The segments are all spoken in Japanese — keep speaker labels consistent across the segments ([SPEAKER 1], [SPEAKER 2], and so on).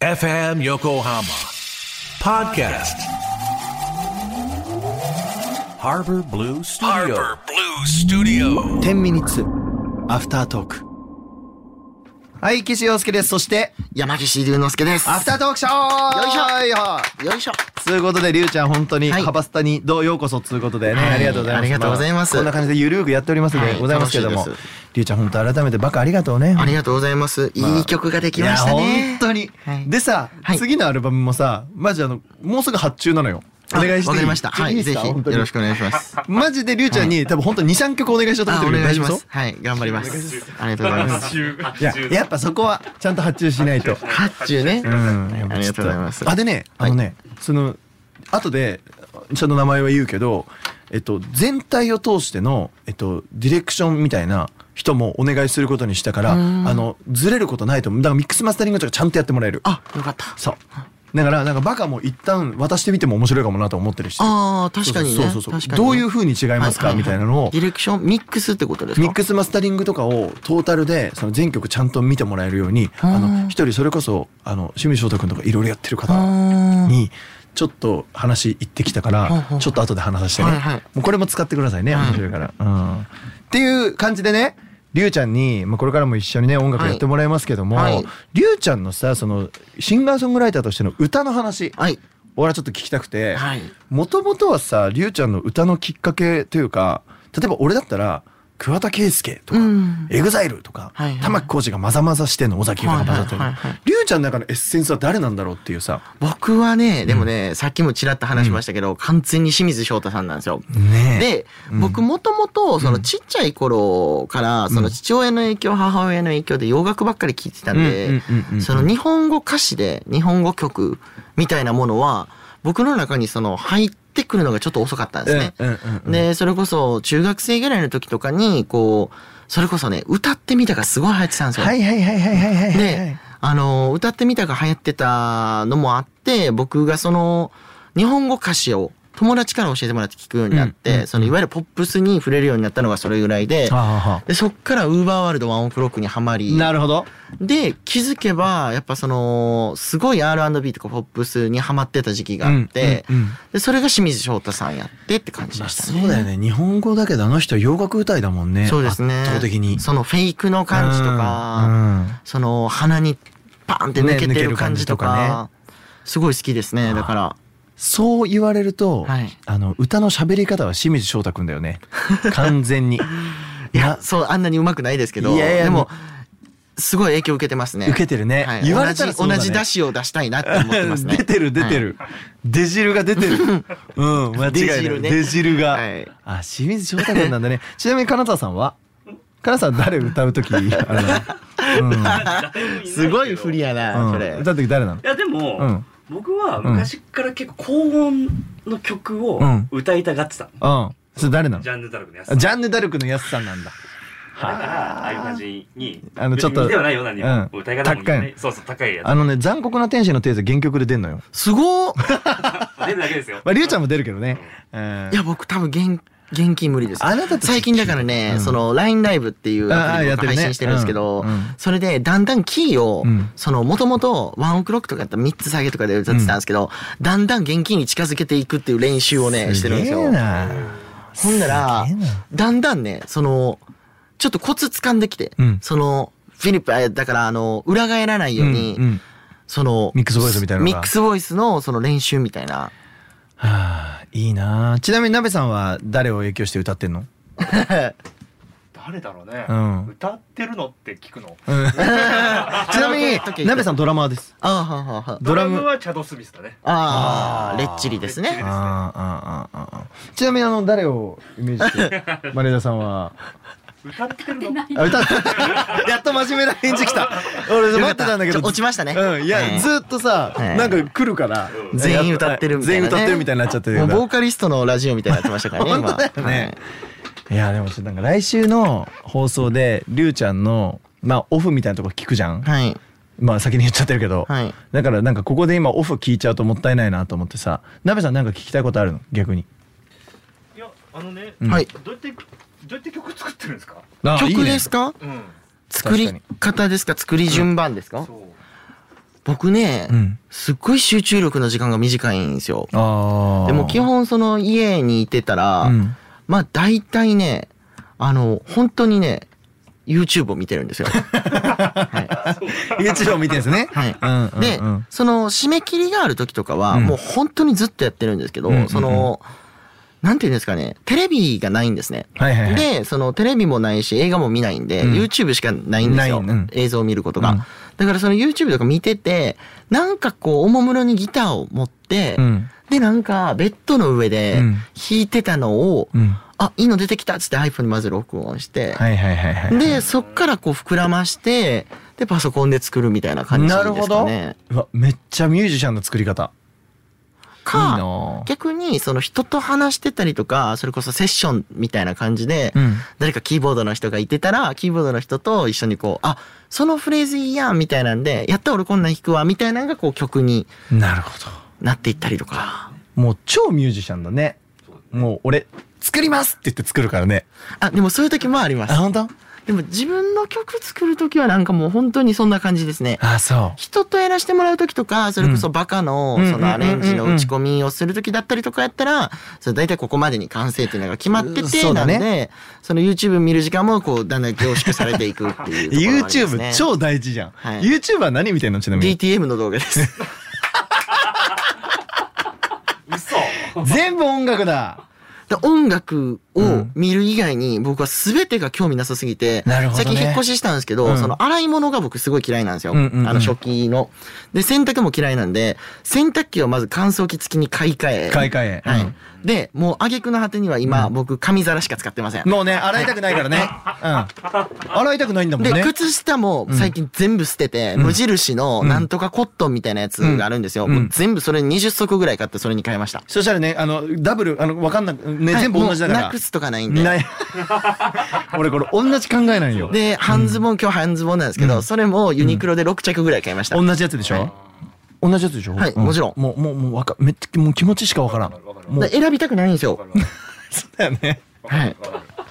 [SPEAKER 1] FM Yokohama Podcast Harbor Blue Studio
[SPEAKER 2] Harbor Blue Studio.
[SPEAKER 3] 10ミニッツアフタートークはい岸洋介ですそして
[SPEAKER 4] 山岸龍之介です。
[SPEAKER 3] アフタートークショー
[SPEAKER 4] よいしょ
[SPEAKER 3] いし
[SPEAKER 4] よいしょ。
[SPEAKER 3] ょということでりゅうちゃん本当に
[SPEAKER 4] はい
[SPEAKER 3] ハバスタにどうようこそということでね、
[SPEAKER 4] はい
[SPEAKER 3] ありがとうございます
[SPEAKER 4] ありがとうございます
[SPEAKER 3] あこんな感じでゆるーくやっておりますで
[SPEAKER 4] はい
[SPEAKER 3] ございますけども
[SPEAKER 4] 楽しいです
[SPEAKER 3] りゅうちゃん本当改めてバカありがとうね
[SPEAKER 4] ありがとうございます。いい曲ができました
[SPEAKER 3] いや
[SPEAKER 4] ね
[SPEAKER 3] 本。当に、
[SPEAKER 4] はい
[SPEAKER 3] でさ、
[SPEAKER 4] はい
[SPEAKER 3] 次のアルバムもさマジあのもうすぐ発注なのよお
[SPEAKER 4] あ
[SPEAKER 3] 願いしていい
[SPEAKER 4] わかりました。はい、ぜひよろし
[SPEAKER 3] く
[SPEAKER 4] くお願い します。
[SPEAKER 3] マジでりゅうちゃんに、多分本当に23曲お願いしようと思っ
[SPEAKER 4] あ、
[SPEAKER 3] て
[SPEAKER 4] お
[SPEAKER 3] るけど
[SPEAKER 4] 願いしま
[SPEAKER 3] 大丈夫そ
[SPEAKER 4] す
[SPEAKER 3] う。
[SPEAKER 4] はい、頑張ります。ありがとうございます。
[SPEAKER 3] いややっぱそこはちゃんと発注しないと
[SPEAKER 4] 発注ね。
[SPEAKER 3] うん
[SPEAKER 4] ありがとうございます
[SPEAKER 3] あでね、あのね、その後でその名前は言うけど、えっと全体を通してのえっとディレクションみたいな人もお願いすることにしたから、あのずれることないと思う。だからミックスマスタリングとかちゃんとやってもらえる。
[SPEAKER 4] あ、よかった。
[SPEAKER 3] そう。だからなんかバカも一旦渡してみても面白いかもなと思ってるし。
[SPEAKER 4] ああ、確かにね。
[SPEAKER 3] そうそうそう
[SPEAKER 4] 確
[SPEAKER 3] そ
[SPEAKER 4] か
[SPEAKER 3] う。
[SPEAKER 4] に
[SPEAKER 3] ど
[SPEAKER 4] ね
[SPEAKER 3] ういう風に違いますか
[SPEAKER 4] はは
[SPEAKER 3] みたいなのを
[SPEAKER 4] デ。ィレクション、ミックスってことですか
[SPEAKER 3] ミックスマスタリングとかをトータルでその全曲ちゃんと見てもらえるようにあの一人それこそあの清水翔太君とかいろいろやってる方
[SPEAKER 4] あー
[SPEAKER 3] にちょっと話行ってきたからちょっと後で話させて
[SPEAKER 4] はいはい
[SPEAKER 3] ねもうこれも使ってくださいね面白いから。うんっていう感じでねりゅうちゃんに、まあ、これからも一緒にね音楽やってもらいますけども、
[SPEAKER 4] はいはい
[SPEAKER 3] りゅうちゃんのさそのシンガーソングライターとしての歌の話、
[SPEAKER 4] はい。
[SPEAKER 3] 俺はちょっと聞きたくて
[SPEAKER 4] はい
[SPEAKER 3] もともとはさりゅうちゃんの歌のきっかけというか例えば俺だったら桑田佳祐とか、
[SPEAKER 4] うん
[SPEAKER 3] エグザイルとか、
[SPEAKER 4] はいはい
[SPEAKER 3] 玉置浩二がまざまざしてんの尾崎豊がまざってるの
[SPEAKER 4] はいはいはいはい
[SPEAKER 3] りゅうちゃんの中のエッセンスは誰なんだろうっていうさ
[SPEAKER 4] 僕はね、でもね、さっきもちらっと話しましたけど、完全に清水翔太さんなんですよ。
[SPEAKER 3] ねえ
[SPEAKER 4] で、僕もともと、そのちっちゃい頃から、その父親の影響、母親の影響で洋楽ばっかり聴いてたん
[SPEAKER 3] うん
[SPEAKER 4] で
[SPEAKER 3] うんうんうん、
[SPEAKER 4] その日本語歌詞で、日本語曲みたいなものは、僕の中にその入ってくるのがちょっと遅かったんですね。
[SPEAKER 3] うんうんうんうん
[SPEAKER 4] で、それこそ中学生ぐらいの時とかに、こう、それこそね、歌ってみたがすごい流行ってたんですよ。
[SPEAKER 3] はいはいはいはいはいはいはい
[SPEAKER 4] で、あの、歌ってみたが流行ってたのもあって、僕がその、日本語歌詞を友達から教えてもらって聞くようになって、
[SPEAKER 3] うんうん
[SPEAKER 4] その、いわゆるポップスに触れるようになったのがそれぐらいで、
[SPEAKER 3] はあはあは
[SPEAKER 4] で、そっからウーバーワールドワンオクロックにはま
[SPEAKER 3] あ
[SPEAKER 4] り、
[SPEAKER 3] なるほど
[SPEAKER 4] で、気づけば、やっぱその、すごい R&B とかポップスにはまってた時期があって、
[SPEAKER 3] うんうんうん
[SPEAKER 4] で、それが清水翔太さんやってって感じでしたね。
[SPEAKER 3] そうだよね日本語だけどあの人洋楽歌いだもんね
[SPEAKER 4] そうですね。
[SPEAKER 3] 圧倒的に
[SPEAKER 4] そのフェイクの感じとか、
[SPEAKER 3] うんうん
[SPEAKER 4] その鼻にパーンって抜け
[SPEAKER 3] ね抜
[SPEAKER 4] て
[SPEAKER 3] ける
[SPEAKER 4] る感じとか、
[SPEAKER 3] 感
[SPEAKER 4] すごい好きですね。だから、
[SPEAKER 3] そう言われると、
[SPEAKER 4] はい
[SPEAKER 3] あの歌の喋り方は清水翔太くんだよね。完全 に。い
[SPEAKER 4] いや、そう、あんなにうまくないですけど、
[SPEAKER 3] いやいや
[SPEAKER 4] でも、すごい影響受けてますね。
[SPEAKER 3] 受けてるね
[SPEAKER 4] はい
[SPEAKER 3] 言われたらそうだね
[SPEAKER 4] 同じ、同じ出汁を出したいなって思ってます ね。
[SPEAKER 3] 出てる出てる、出汁が出て る。うん、間違いない。
[SPEAKER 4] 出
[SPEAKER 3] 出汁
[SPEAKER 4] 汁ね
[SPEAKER 3] が、
[SPEAKER 4] はい
[SPEAKER 3] あ、清水翔太くんなんだ ね。ちなみに金沢さんは金沢さん誰歌うとき、あの、
[SPEAKER 4] は いすごい振りや
[SPEAKER 3] う
[SPEAKER 4] な、
[SPEAKER 3] んう
[SPEAKER 4] そ
[SPEAKER 3] ん
[SPEAKER 4] れ。
[SPEAKER 3] 歌うとき誰なの
[SPEAKER 5] いやでも、
[SPEAKER 3] うん
[SPEAKER 5] 僕は昔から結構高音の曲を
[SPEAKER 3] うん
[SPEAKER 5] 歌いたがってたの、
[SPEAKER 3] うん。それ誰なの
[SPEAKER 5] ジ
[SPEAKER 3] ジ
[SPEAKER 5] ャンヌ・ダルクのやつだか
[SPEAKER 3] ャンヌ・ダルクのやすさんなんだ。
[SPEAKER 5] らああいう感じに
[SPEAKER 3] あのちょっと
[SPEAKER 5] 別にではないようなに、
[SPEAKER 3] うん
[SPEAKER 5] 歌い方もいいよ
[SPEAKER 3] 高い
[SPEAKER 5] ねそうそう高いや
[SPEAKER 3] あのね、残酷な天使のテーゼ原曲で出んのよ。
[SPEAKER 4] すごー
[SPEAKER 5] つ出るだけですよ
[SPEAKER 3] まあ、りゅうちゃんも出るけどね。うん
[SPEAKER 4] いや、僕多分現、現金無理です。
[SPEAKER 3] あなたたち
[SPEAKER 4] 最近だからね、その LINE ライブっていうアプリ
[SPEAKER 3] あーや
[SPEAKER 4] で
[SPEAKER 3] って
[SPEAKER 4] 僕
[SPEAKER 3] るね
[SPEAKER 4] 配信してるんですけど、
[SPEAKER 3] うんうん
[SPEAKER 4] それでだんだんキーを、
[SPEAKER 3] うん
[SPEAKER 4] そのもともとワンオクロックとかやったら3つ下げとかで歌ってたんですけど、だんだん現金に近づけていくっていう練習をね、してるんですよ。
[SPEAKER 3] げえな
[SPEAKER 4] ほんなら
[SPEAKER 3] すげえな、
[SPEAKER 4] だんだんね、その、ちょっとコツ掴んできて、
[SPEAKER 3] うん
[SPEAKER 4] その、フィリップ、あだからあの、裏返らないように、
[SPEAKER 3] うんうん
[SPEAKER 4] その、
[SPEAKER 3] ミックスボイスみたいなの
[SPEAKER 4] ミ
[SPEAKER 3] が
[SPEAKER 4] ックスボイスのその練習みたいな。
[SPEAKER 3] はあ、いいなあちなみに鍋さんは誰を影響して歌ってんの
[SPEAKER 6] 誰だろうね、
[SPEAKER 3] うん
[SPEAKER 6] 歌ってるのって聞くの
[SPEAKER 3] ちなみに鍋さんドラマーです
[SPEAKER 4] あーはーはーはー
[SPEAKER 3] ド
[SPEAKER 6] ド
[SPEAKER 3] ラ
[SPEAKER 6] ラ
[SPEAKER 3] ム
[SPEAKER 6] ムはチャド・スミスだね
[SPEAKER 4] ああ、レッチリですね。
[SPEAKER 3] ああ ああああちなみにあの誰をイメージしてマネージャーさんは
[SPEAKER 6] 歌ってるの
[SPEAKER 3] あ歌って やっと真面目な返事来た俺
[SPEAKER 4] よ
[SPEAKER 3] 待
[SPEAKER 4] か
[SPEAKER 3] っ
[SPEAKER 4] ってた
[SPEAKER 3] たんだけど
[SPEAKER 4] ちょ落ちましたね
[SPEAKER 3] うんい
[SPEAKER 4] は
[SPEAKER 3] や
[SPEAKER 4] い
[SPEAKER 3] ずっとさ
[SPEAKER 4] はい
[SPEAKER 3] なんか来るから
[SPEAKER 4] 全員歌ってるみたいな、ね、
[SPEAKER 3] 全員歌ってるみたいになっちゃってる
[SPEAKER 4] も
[SPEAKER 3] け
[SPEAKER 4] うボ
[SPEAKER 3] ど
[SPEAKER 4] ーカリストのラジオみたいになってましたからね今
[SPEAKER 3] 本当だよねいやでもちょっとなんか来週の放送でりゅうちゃんのまあオフみたいなとこ聞くじゃん
[SPEAKER 4] はい
[SPEAKER 3] まあ先に言っちゃってるけど
[SPEAKER 4] はい
[SPEAKER 3] だからなんかここで今オフ聞いちゃうともったいないなと思ってさなべさんなんか聞きたいことあるの逆に
[SPEAKER 6] いやあのね、
[SPEAKER 3] うん
[SPEAKER 4] はい
[SPEAKER 6] どうやってどうやって曲作ってるんですか
[SPEAKER 4] 曲ですか
[SPEAKER 6] うん
[SPEAKER 4] 作り方ですか作り順番ですか、
[SPEAKER 6] そう
[SPEAKER 4] 僕ね、
[SPEAKER 3] うん
[SPEAKER 4] すっごい集中力の時間が短いんですよ
[SPEAKER 3] ああ
[SPEAKER 4] でも基本その家にいてたら、
[SPEAKER 3] うん
[SPEAKER 4] まあ大体ねあの本当にね YouTube を見てる んですよ
[SPEAKER 3] YouTube を見てるんです ね
[SPEAKER 4] はい
[SPEAKER 3] うんうん
[SPEAKER 4] で、
[SPEAKER 3] うん
[SPEAKER 4] その締め切りがある時とかは、
[SPEAKER 3] うん
[SPEAKER 4] もう本当にずっとやってるんですけど、
[SPEAKER 3] うんうんうん
[SPEAKER 4] その、なんていうんですかね、テレビがないんですね。
[SPEAKER 3] はいはいはい
[SPEAKER 4] で、そのテレビもないし、映画も見ないんで、
[SPEAKER 3] うん
[SPEAKER 4] YouTube しかないんですよ。
[SPEAKER 3] ないうん
[SPEAKER 4] 映像を見ることが、
[SPEAKER 3] うん
[SPEAKER 4] だからその YouTube とか見てて、なんかこう、おもむろにギターを持って、
[SPEAKER 3] うん
[SPEAKER 4] で、なんか、ベッドの上で
[SPEAKER 3] うん
[SPEAKER 4] 弾いてたのを、
[SPEAKER 3] うん
[SPEAKER 4] あ、いいの出てきたっつって iPhone にまず録音して、
[SPEAKER 3] はいはいはいはい
[SPEAKER 4] で、そっからこう膨らまして、で、パソコンで作るみたいな感じですかね。
[SPEAKER 3] うわめっちゃミュージシャンの作り方いい
[SPEAKER 4] か
[SPEAKER 3] なぁ
[SPEAKER 4] 逆にその人と話してたりとかそれこそセッションみたいな感じで、
[SPEAKER 3] うん
[SPEAKER 4] 誰かキーボードの人がいてたらキーボードの人と一緒にこうあそのフレーズいいやんみたいなんでやった俺こんなん弾くわみたいなのがこう曲に
[SPEAKER 3] なるほど
[SPEAKER 4] なっていったりとか
[SPEAKER 3] もう超ミュージシャンだね
[SPEAKER 6] そう
[SPEAKER 3] もう俺作りますって言って作るからね
[SPEAKER 4] あでもそういう時もあります
[SPEAKER 3] 本当
[SPEAKER 4] でも自分の曲作る時はなんかもう本当にそんな感じですね
[SPEAKER 3] あそう
[SPEAKER 4] 人とやらしてもらう時とかそれこそバカの
[SPEAKER 3] うん
[SPEAKER 4] そのアレンジの打ち込みをする時だったりとかやったらそれ大体ここまでに完成っていうのが決まって
[SPEAKER 3] うんそ
[SPEAKER 4] て
[SPEAKER 3] うだ
[SPEAKER 4] なん
[SPEAKER 3] ね
[SPEAKER 4] でその YouTube 見る時間もこうだんだん凝縮されていくっていうところがありますね
[SPEAKER 3] YouTube 超大事じゃん、
[SPEAKER 4] はい
[SPEAKER 3] YouTube は何見てんのちなみに
[SPEAKER 4] DTM の動 画です。
[SPEAKER 6] 嘘
[SPEAKER 3] 全部音楽だ
[SPEAKER 4] で音楽
[SPEAKER 3] うん
[SPEAKER 4] を見る以外に僕は全てが興味なさすぎて、
[SPEAKER 3] なるほどね
[SPEAKER 4] 最近引っ越ししたんですけど、
[SPEAKER 3] うん
[SPEAKER 4] その洗い物が僕すごい嫌いなんです
[SPEAKER 3] う
[SPEAKER 4] よ。
[SPEAKER 3] んうんうん
[SPEAKER 4] あの食器の。で、洗濯も嫌いなんで、洗濯機をまず乾燥機付きに買い替え。
[SPEAKER 3] 買い替え
[SPEAKER 4] はい。
[SPEAKER 3] うん
[SPEAKER 4] で、もう挙句の果てには今、僕紙皿しか使ってません。
[SPEAKER 3] もうね洗いたくないからね、うん洗いたくないんだもん
[SPEAKER 4] で、
[SPEAKER 3] ね
[SPEAKER 4] 靴下も最近全部捨てて、無印のなんとかコットンみたいなやつがあるんですよ。
[SPEAKER 3] うん
[SPEAKER 4] もう全部それ20足ぐらい買ってそれに変えました。
[SPEAKER 3] そしたらねあのダブルあのわかんなくね、
[SPEAKER 4] はい
[SPEAKER 3] 全部同じだか
[SPEAKER 4] もう
[SPEAKER 3] ら
[SPEAKER 4] なくすとかないんで。
[SPEAKER 3] ない 俺これ同じ考えないよ
[SPEAKER 4] で、半ズボン、今日半ズボンなんですけど、それもユニクロで6着ぐらい買いました。
[SPEAKER 3] 同じやつでしょ同じやつでしょ
[SPEAKER 4] はい
[SPEAKER 3] うん
[SPEAKER 4] もちろん
[SPEAKER 3] もうもうもうわかめっちゃもう気持ちしかわからん
[SPEAKER 6] わかるわかる
[SPEAKER 3] も
[SPEAKER 4] で
[SPEAKER 3] う
[SPEAKER 4] 選びたくないんです
[SPEAKER 6] わ
[SPEAKER 4] よ
[SPEAKER 6] か。るわかる
[SPEAKER 3] だよね
[SPEAKER 6] わかるわかる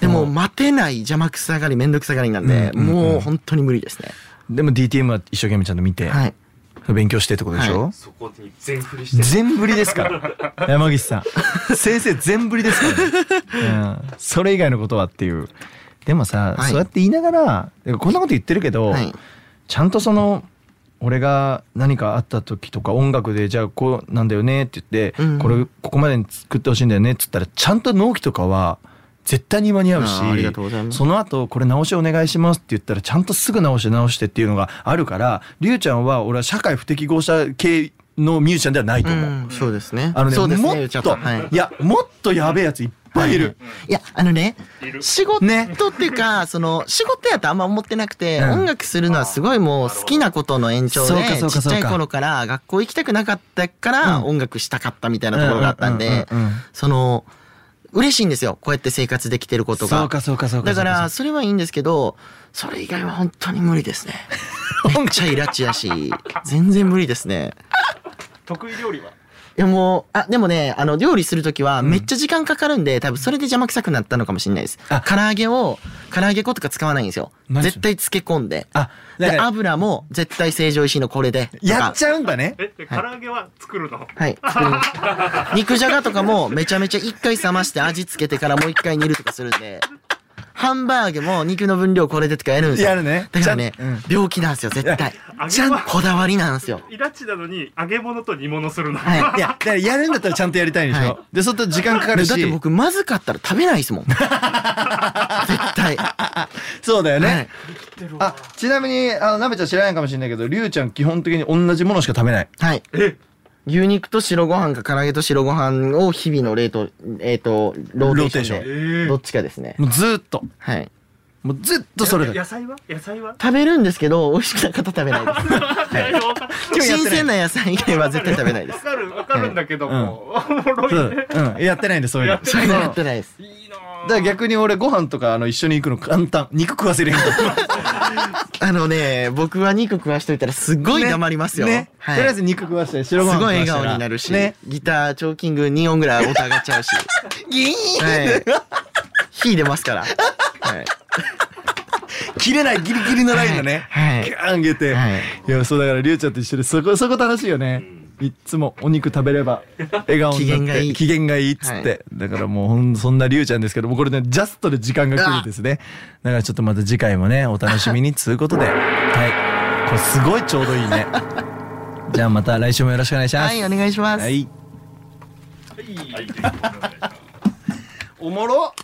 [SPEAKER 4] でも、待てない邪魔くさがり、めんどくさがりなんで、
[SPEAKER 3] うんうん
[SPEAKER 4] もう本当に無理ですね。
[SPEAKER 3] でも DTM は一生懸命ちゃんと見て、
[SPEAKER 4] はい。
[SPEAKER 3] 勉強してってことでしょ、
[SPEAKER 4] は
[SPEAKER 6] そこに全振りして
[SPEAKER 3] 全振りですから 山岸さん先生全振りですから、ねうん、それ以外のことはっていうでもさ、
[SPEAKER 4] はい
[SPEAKER 3] そうやって言いながらこんなこと言ってるけど、
[SPEAKER 4] はい
[SPEAKER 3] ちゃんとその俺が何かあった時とか音楽でじゃあこうなんだよねって言って、
[SPEAKER 4] うん
[SPEAKER 3] これここまでに作ってほしいんだよねっつったらちゃんと納期とかは絶対に間に合うし
[SPEAKER 4] あーありがとうございます
[SPEAKER 3] その後これ直しお願いしますって言ったらちゃんとすぐ直して直してっていうのがあるからりゅうちゃんは俺は社会不適合者系のミュージシャンではないと
[SPEAKER 4] う
[SPEAKER 3] 思う。
[SPEAKER 4] ん、そうですね。
[SPEAKER 3] あのね
[SPEAKER 4] そうです
[SPEAKER 3] も
[SPEAKER 4] ね、ゆ
[SPEAKER 3] っ
[SPEAKER 4] うちゃん
[SPEAKER 3] と、
[SPEAKER 4] さんはい
[SPEAKER 3] い、。やもっとやべえやついっぱいいる。
[SPEAKER 4] いや、あのね、
[SPEAKER 6] いる
[SPEAKER 4] 仕事
[SPEAKER 3] ね
[SPEAKER 4] っていう か、その、仕事やとあんま思ってなくて、
[SPEAKER 3] うん
[SPEAKER 4] 音楽するのはすごいもう好きなことの延長
[SPEAKER 3] そう
[SPEAKER 4] で
[SPEAKER 3] かそう、か
[SPEAKER 4] ち
[SPEAKER 3] そう
[SPEAKER 4] っ
[SPEAKER 3] か
[SPEAKER 4] ちゃい頃から学校行きたくなかったから、
[SPEAKER 3] うん
[SPEAKER 4] 音楽したかったみたいなところがあったんで
[SPEAKER 3] うんうんうんうん、
[SPEAKER 4] その、嬉しいんですよ。こうやって生活できてることが。
[SPEAKER 3] そうかそうかそうか
[SPEAKER 4] だ
[SPEAKER 3] そ
[SPEAKER 4] か
[SPEAKER 3] う
[SPEAKER 4] ら、
[SPEAKER 3] か
[SPEAKER 4] それはいいんですけど、それ以外は本当に無 理ですね。めっちゃイラチやし、全然無理ですね。
[SPEAKER 6] 得意料理はい
[SPEAKER 4] やもう、あ、でもね、あの、料理するときはめっちゃ時間かかるんで、多分それで邪魔くさくなったのかもしれないです。
[SPEAKER 3] あ
[SPEAKER 4] 唐揚げを、唐揚げ粉とか使わないんですよ。
[SPEAKER 3] 何それ
[SPEAKER 4] 絶対漬け込んで。
[SPEAKER 3] あだか
[SPEAKER 4] で、
[SPEAKER 3] ら
[SPEAKER 4] 油も絶対成城石井のこれで。
[SPEAKER 3] やっち
[SPEAKER 4] ゃ
[SPEAKER 3] ゃうんだね。
[SPEAKER 6] え唐揚げは作るの
[SPEAKER 4] はい。作ります肉じゃがとかもめちゃめちゃ一回冷まして味付けてからもう一回煮るとかするんで。ハンバーグも肉の分量これでとかやるんですよ。
[SPEAKER 3] やるね
[SPEAKER 4] だからね、
[SPEAKER 3] ちゃんうん
[SPEAKER 4] 病気なんですよ、絶対。
[SPEAKER 6] ちゃん
[SPEAKER 4] こだわりなんですよ。
[SPEAKER 6] イラチなのに揚げ物と煮物するの、
[SPEAKER 4] はい
[SPEAKER 3] いやだからやるんだったらちゃんとやりたいでしょ。
[SPEAKER 4] はい
[SPEAKER 3] でそっと時間かかるし。
[SPEAKER 4] だって僕まずかったら食べないです もん。絶対。
[SPEAKER 3] そうだよね。
[SPEAKER 4] はい
[SPEAKER 3] あちなみにあのなべちゃん知らないかもしれないけどりゅうちゃん基本的に同じものしか食べない。
[SPEAKER 4] はい。
[SPEAKER 6] え
[SPEAKER 4] 牛肉と白ご飯か唐揚げと白ご飯を日々の冷凍、えっ、と、ローテーション
[SPEAKER 6] え
[SPEAKER 4] で。
[SPEAKER 6] ー
[SPEAKER 4] どっちかですね。
[SPEAKER 3] もうずーっと
[SPEAKER 4] はい。
[SPEAKER 3] もうずっとそれだけ
[SPEAKER 6] 野菜は野菜は
[SPEAKER 4] 食べるんですけど、美味しくなかったら食べないで
[SPEAKER 6] わか
[SPEAKER 4] す。新鮮な野菜以外は絶対食べないで
[SPEAKER 6] わ
[SPEAKER 4] す。
[SPEAKER 6] かるわかるんだけども、おもろ
[SPEAKER 3] そう
[SPEAKER 6] いね
[SPEAKER 3] うんやってないんでそういうの
[SPEAKER 6] やってない
[SPEAKER 4] やってないです。
[SPEAKER 6] いいな
[SPEAKER 3] だ
[SPEAKER 6] ぁ
[SPEAKER 3] から逆に俺ご飯とかあの一緒に行くの簡単肉食わせるやん
[SPEAKER 4] あのね、僕は肉食わしといたらすごい黙りますよ。
[SPEAKER 3] ねね
[SPEAKER 4] はい
[SPEAKER 3] とりあえず肉食わして白
[SPEAKER 4] す
[SPEAKER 3] ご
[SPEAKER 4] ご
[SPEAKER 3] 飯
[SPEAKER 4] い
[SPEAKER 3] 食わしたら
[SPEAKER 4] 笑顔になるし、
[SPEAKER 3] ね
[SPEAKER 4] ギター、チョーキング2音ぐらい音上がっちゃ うし。ギーン、 はい、火出ますから。はい。
[SPEAKER 3] 切れないギリギリのラインがね、
[SPEAKER 4] はい
[SPEAKER 3] ギューン上げて、
[SPEAKER 4] はい
[SPEAKER 3] い、やそうだからりゅうちゃんと一緒でそこそこ楽しいよね、いっつもお肉食べれば笑顔になって
[SPEAKER 4] 機嫌がいい
[SPEAKER 3] 機嫌がいいっつって、
[SPEAKER 4] はい
[SPEAKER 3] だからもうほんそんなりゅうちゃんですけどもうこれねジャストで時間が来るんですねだからちょっとまた次回もねお楽しみにつうことではいこれすごいちょうどいい ねじゃあまた来週もよろしくお願いします
[SPEAKER 4] はい、お願いします。
[SPEAKER 3] はいおもろ